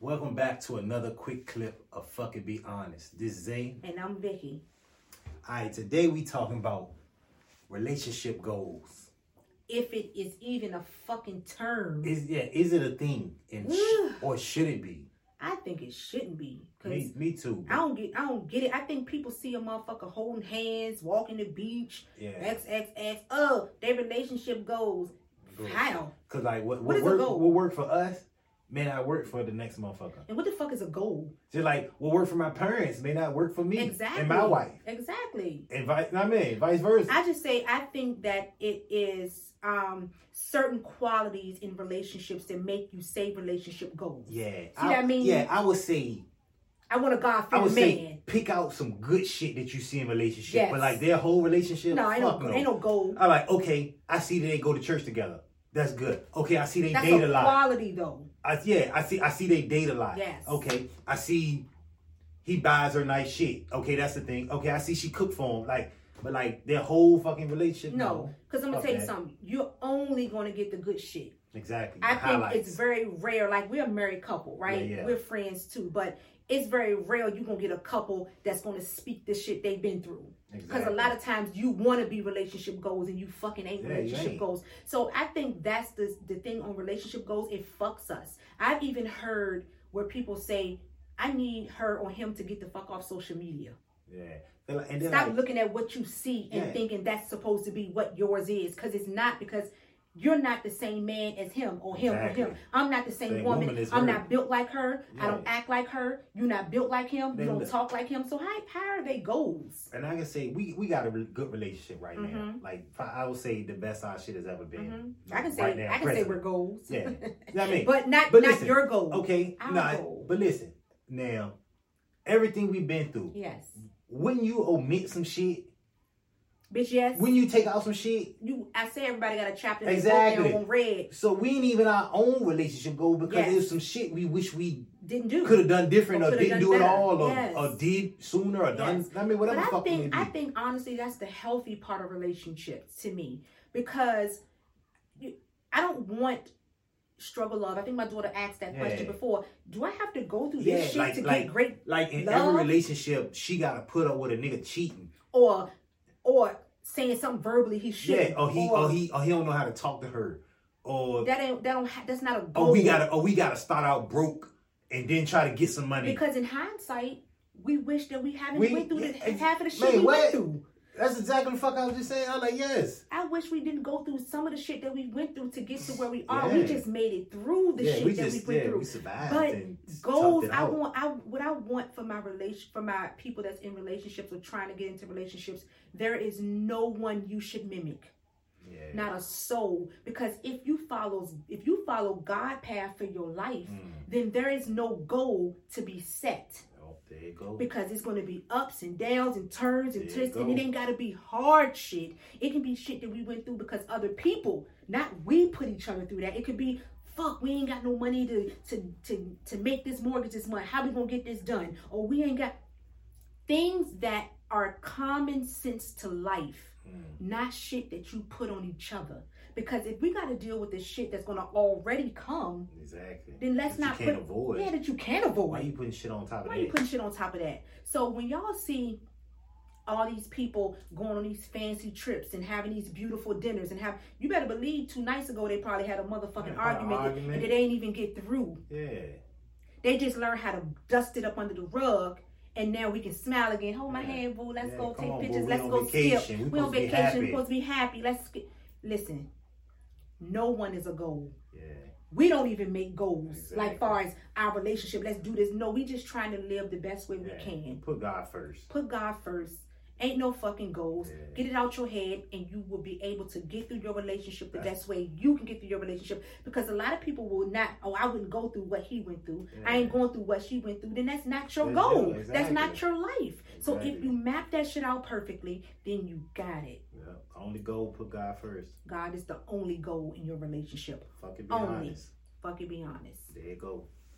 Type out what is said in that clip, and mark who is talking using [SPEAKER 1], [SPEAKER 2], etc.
[SPEAKER 1] Welcome back to another quick clip of fucking be honest. This is Zay.
[SPEAKER 2] And I'm Vicky.
[SPEAKER 1] Alright, today we talking about relationship goals.
[SPEAKER 2] If it is even a fucking term,
[SPEAKER 1] Is yeah, is it a thing and sh- or should it be?
[SPEAKER 2] I think it shouldn't be. Cause
[SPEAKER 1] Me, me too.
[SPEAKER 2] I don't get, I don't get it. I think people see a motherfucker holding hands, walking the beach,
[SPEAKER 1] Yeah.
[SPEAKER 2] X X X. Oh, their relationship goes. How?
[SPEAKER 1] Cause like what
[SPEAKER 2] What
[SPEAKER 1] what,
[SPEAKER 2] is a
[SPEAKER 1] work,
[SPEAKER 2] goal?
[SPEAKER 1] what work for us may not work for the next motherfucker.
[SPEAKER 2] And what the fuck is a goal?
[SPEAKER 1] Just like what worked for my parents may not work for me
[SPEAKER 2] Exactly.
[SPEAKER 1] and my wife.
[SPEAKER 2] Exactly.
[SPEAKER 1] And vice I mean, vice versa.
[SPEAKER 2] I just say I think that it is um certain qualities in relationships that make you say relationship goals.
[SPEAKER 1] yeah.
[SPEAKER 2] See what I mean?
[SPEAKER 1] Yeah, I would say
[SPEAKER 2] I want a God
[SPEAKER 1] I would
[SPEAKER 2] fearing
[SPEAKER 1] say
[SPEAKER 2] man.
[SPEAKER 1] pick out some good shit that you see in relationship,
[SPEAKER 2] Yes.
[SPEAKER 1] but like their whole relationship.
[SPEAKER 2] no, ain't
[SPEAKER 1] fuck
[SPEAKER 2] no, ain't no goal.
[SPEAKER 1] I'm like, okay, I see that they go to church together. That's good. Okay, I see they
[SPEAKER 2] That's
[SPEAKER 1] date a
[SPEAKER 2] a
[SPEAKER 1] lot.
[SPEAKER 2] quality though.
[SPEAKER 1] I, yeah, I see. I see they date a lot.
[SPEAKER 2] Yes.
[SPEAKER 1] Okay, I see he buys her nice shit. Okay, that's the thing. Okay, I see she cook for him. Like, but like their whole fucking relationship.
[SPEAKER 2] No, because I'm gonna
[SPEAKER 1] Fuck
[SPEAKER 2] tell you
[SPEAKER 1] that.
[SPEAKER 2] something. You're only gonna get the good shit.
[SPEAKER 1] exactly.
[SPEAKER 2] I
[SPEAKER 1] The
[SPEAKER 2] think it's very rare. Like we're a married couple, right?
[SPEAKER 1] Yeah, yeah.
[SPEAKER 2] We're friends too, but it's very rare you're gonna get a couple that's gonna speak the shit they've been through. Because
[SPEAKER 1] Exactly.
[SPEAKER 2] a lot of times you want to be relationship goals and you fucking ain't
[SPEAKER 1] Yeah, you
[SPEAKER 2] relationship
[SPEAKER 1] ain't.
[SPEAKER 2] goals. So I think that's the the thing on relationship goals. It fucks us. I've even heard where people say, "I need her or him to get the fuck off social media."
[SPEAKER 1] yeah. And like- and then
[SPEAKER 2] Stop
[SPEAKER 1] like,
[SPEAKER 2] looking at what you see and
[SPEAKER 1] Yeah.
[SPEAKER 2] thinking that's supposed to be what yours is, because it's not. Because you're not the same man as him or him or him.
[SPEAKER 1] Exactly.
[SPEAKER 2] I'm not the same,
[SPEAKER 1] Same
[SPEAKER 2] woman.
[SPEAKER 1] woman as
[SPEAKER 2] I'm
[SPEAKER 1] her.
[SPEAKER 2] not built like her. I don't
[SPEAKER 1] Yeah.
[SPEAKER 2] act like her. You're not built like him.
[SPEAKER 1] They
[SPEAKER 2] you don't
[SPEAKER 1] look-
[SPEAKER 2] talk like him. So how how are they goals?
[SPEAKER 1] and I can say we we got a re- good relationship right now.
[SPEAKER 2] Mhm.
[SPEAKER 1] Like I would say the best our shit has ever been.
[SPEAKER 2] Mhm. I can say
[SPEAKER 1] right now,
[SPEAKER 2] I can say
[SPEAKER 1] present.
[SPEAKER 2] we're goals.
[SPEAKER 1] Yeah. You know what I mean?
[SPEAKER 2] but not
[SPEAKER 1] But
[SPEAKER 2] not
[SPEAKER 1] listen,
[SPEAKER 2] your goals.
[SPEAKER 1] Okay,
[SPEAKER 2] Our
[SPEAKER 1] nah,
[SPEAKER 2] goal.
[SPEAKER 1] but listen, now everything we've been through,
[SPEAKER 2] Yes,
[SPEAKER 1] wouldn't you omit some shit?
[SPEAKER 2] bitch. Yes.
[SPEAKER 1] Wouldn't you take out some shit?
[SPEAKER 2] you, I say everybody got a chapter
[SPEAKER 1] Exactly.
[SPEAKER 2] exactly. on red.
[SPEAKER 1] So we ain't even our own relationship goal because
[SPEAKER 2] Yes.
[SPEAKER 1] there's some shit we wish we
[SPEAKER 2] Didn't do.
[SPEAKER 1] could have done different
[SPEAKER 2] Or
[SPEAKER 1] or,
[SPEAKER 2] coulda
[SPEAKER 1] didn't
[SPEAKER 2] done
[SPEAKER 1] do it
[SPEAKER 2] better.
[SPEAKER 1] all or,
[SPEAKER 2] Yes.
[SPEAKER 1] or did sooner or done. I mean, whatever the
[SPEAKER 2] But I
[SPEAKER 1] fuck it may
[SPEAKER 2] think
[SPEAKER 1] be.
[SPEAKER 2] I think honestly that's the healthy part of relationships to me because you, I don't want struggle love. I think my daughter asked that question
[SPEAKER 1] Yeah.
[SPEAKER 2] before. Do I have to go through
[SPEAKER 1] Yeah,
[SPEAKER 2] this shit
[SPEAKER 1] like-
[SPEAKER 2] to
[SPEAKER 1] like-
[SPEAKER 2] get great
[SPEAKER 1] like in
[SPEAKER 2] Love.
[SPEAKER 1] every relationship, she gotta put up with a nigga cheating.
[SPEAKER 2] or or saying something verbally he should?
[SPEAKER 1] Yeah, or he or, he or he don't know how to talk to her, or
[SPEAKER 2] that ain't that don't ha- that's not a goal.
[SPEAKER 1] or Oh, we gotta or we gotta start out broke and then try to get some money.
[SPEAKER 2] because in hindsight we wish that we haven't
[SPEAKER 1] We-
[SPEAKER 2] went through the,
[SPEAKER 1] yeah, ex-
[SPEAKER 2] half of the shit
[SPEAKER 1] Man,
[SPEAKER 2] we
[SPEAKER 1] what?
[SPEAKER 2] went through.
[SPEAKER 1] That's exactly the fuck I was just saying. I'm like, yes.
[SPEAKER 2] I wish we didn't go through some of the shit that we went through to get to where we are. We
[SPEAKER 1] Yeah.
[SPEAKER 2] just made it through the shit that we went through.
[SPEAKER 1] survived.
[SPEAKER 2] But
[SPEAKER 1] and
[SPEAKER 2] goals
[SPEAKER 1] toughed it
[SPEAKER 2] I
[SPEAKER 1] out.
[SPEAKER 2] want I what I want for my relation for my people that's in relationships or trying to get into relationships there is no one you should mimic
[SPEAKER 1] Yeah.
[SPEAKER 2] not a soul because if you follow if you follow God path for your life
[SPEAKER 1] Mm.
[SPEAKER 2] then there is no goal to be set
[SPEAKER 1] Oh, there you go.
[SPEAKER 2] because it's going to be ups and downs and turns and
[SPEAKER 1] There you
[SPEAKER 2] twists and it
[SPEAKER 1] go.
[SPEAKER 2] ain't got to be hard shit it can be shit that we went through because other people not we put each other through that it could be fuck we ain't got no money to to to, to make this mortgage this month how we gonna get this done or we ain't got things that are common sense to life
[SPEAKER 1] Mm.
[SPEAKER 2] not shit that you put on each other because if we got to deal with the shit that's going to already come
[SPEAKER 1] Exactly.
[SPEAKER 2] then let's
[SPEAKER 1] That
[SPEAKER 2] not
[SPEAKER 1] you can't
[SPEAKER 2] put
[SPEAKER 1] avoid.
[SPEAKER 2] yeah that you can't avoid
[SPEAKER 1] Why you putting shit on top of
[SPEAKER 2] why
[SPEAKER 1] that?
[SPEAKER 2] you putting shit on top of that? So when y'all see all these people going on these fancy trips and having these beautiful dinners and have you better believe two nights ago they probably had a motherfucking
[SPEAKER 1] Yeah,
[SPEAKER 2] argument,
[SPEAKER 1] argument.
[SPEAKER 2] and they didn't even get through.
[SPEAKER 1] yeah.
[SPEAKER 2] They just learned how to dust it up under the rug and now we can smile again. Hold my
[SPEAKER 1] Yeah.
[SPEAKER 2] hand, boo. Let's
[SPEAKER 1] Yeah,
[SPEAKER 2] go
[SPEAKER 1] come
[SPEAKER 2] take
[SPEAKER 1] on, boo.
[SPEAKER 2] pictures.
[SPEAKER 1] We
[SPEAKER 2] Let's
[SPEAKER 1] on
[SPEAKER 2] go
[SPEAKER 1] vacation. We
[SPEAKER 2] skip. We on
[SPEAKER 1] supposed to be
[SPEAKER 2] vacation.
[SPEAKER 1] happy.
[SPEAKER 2] We're supposed to be happy. Let's skip. listen. No one is a goal.
[SPEAKER 1] Yeah.
[SPEAKER 2] We don't even make goals
[SPEAKER 1] Exactly.
[SPEAKER 2] like far as our relationship. Let's do this. No, we just trying to live the best way
[SPEAKER 1] yeah.
[SPEAKER 2] we can.
[SPEAKER 1] Put God first.
[SPEAKER 2] Put God first. Ain't no fucking goals.
[SPEAKER 1] Yeah.
[SPEAKER 2] Get it out your head, and you will be able to get through your relationship the
[SPEAKER 1] That's-
[SPEAKER 2] best way you can get through your relationship. Because a lot of people will not. Oh, I wouldn't go through what he went through. I ain't
[SPEAKER 1] Yeah.
[SPEAKER 2] going through what she went through. Then that's not your
[SPEAKER 1] Yeah,
[SPEAKER 2] goal. That's
[SPEAKER 1] exactly.
[SPEAKER 2] not your life. So if
[SPEAKER 1] Exactly.
[SPEAKER 2] you map that shit out perfectly, then you got it.
[SPEAKER 1] Yeah. Only goal, put God first.
[SPEAKER 2] God is the only goal in your relationship.
[SPEAKER 1] Fucking be
[SPEAKER 2] Only.
[SPEAKER 1] honest.
[SPEAKER 2] Fucking be honest.
[SPEAKER 1] There you go.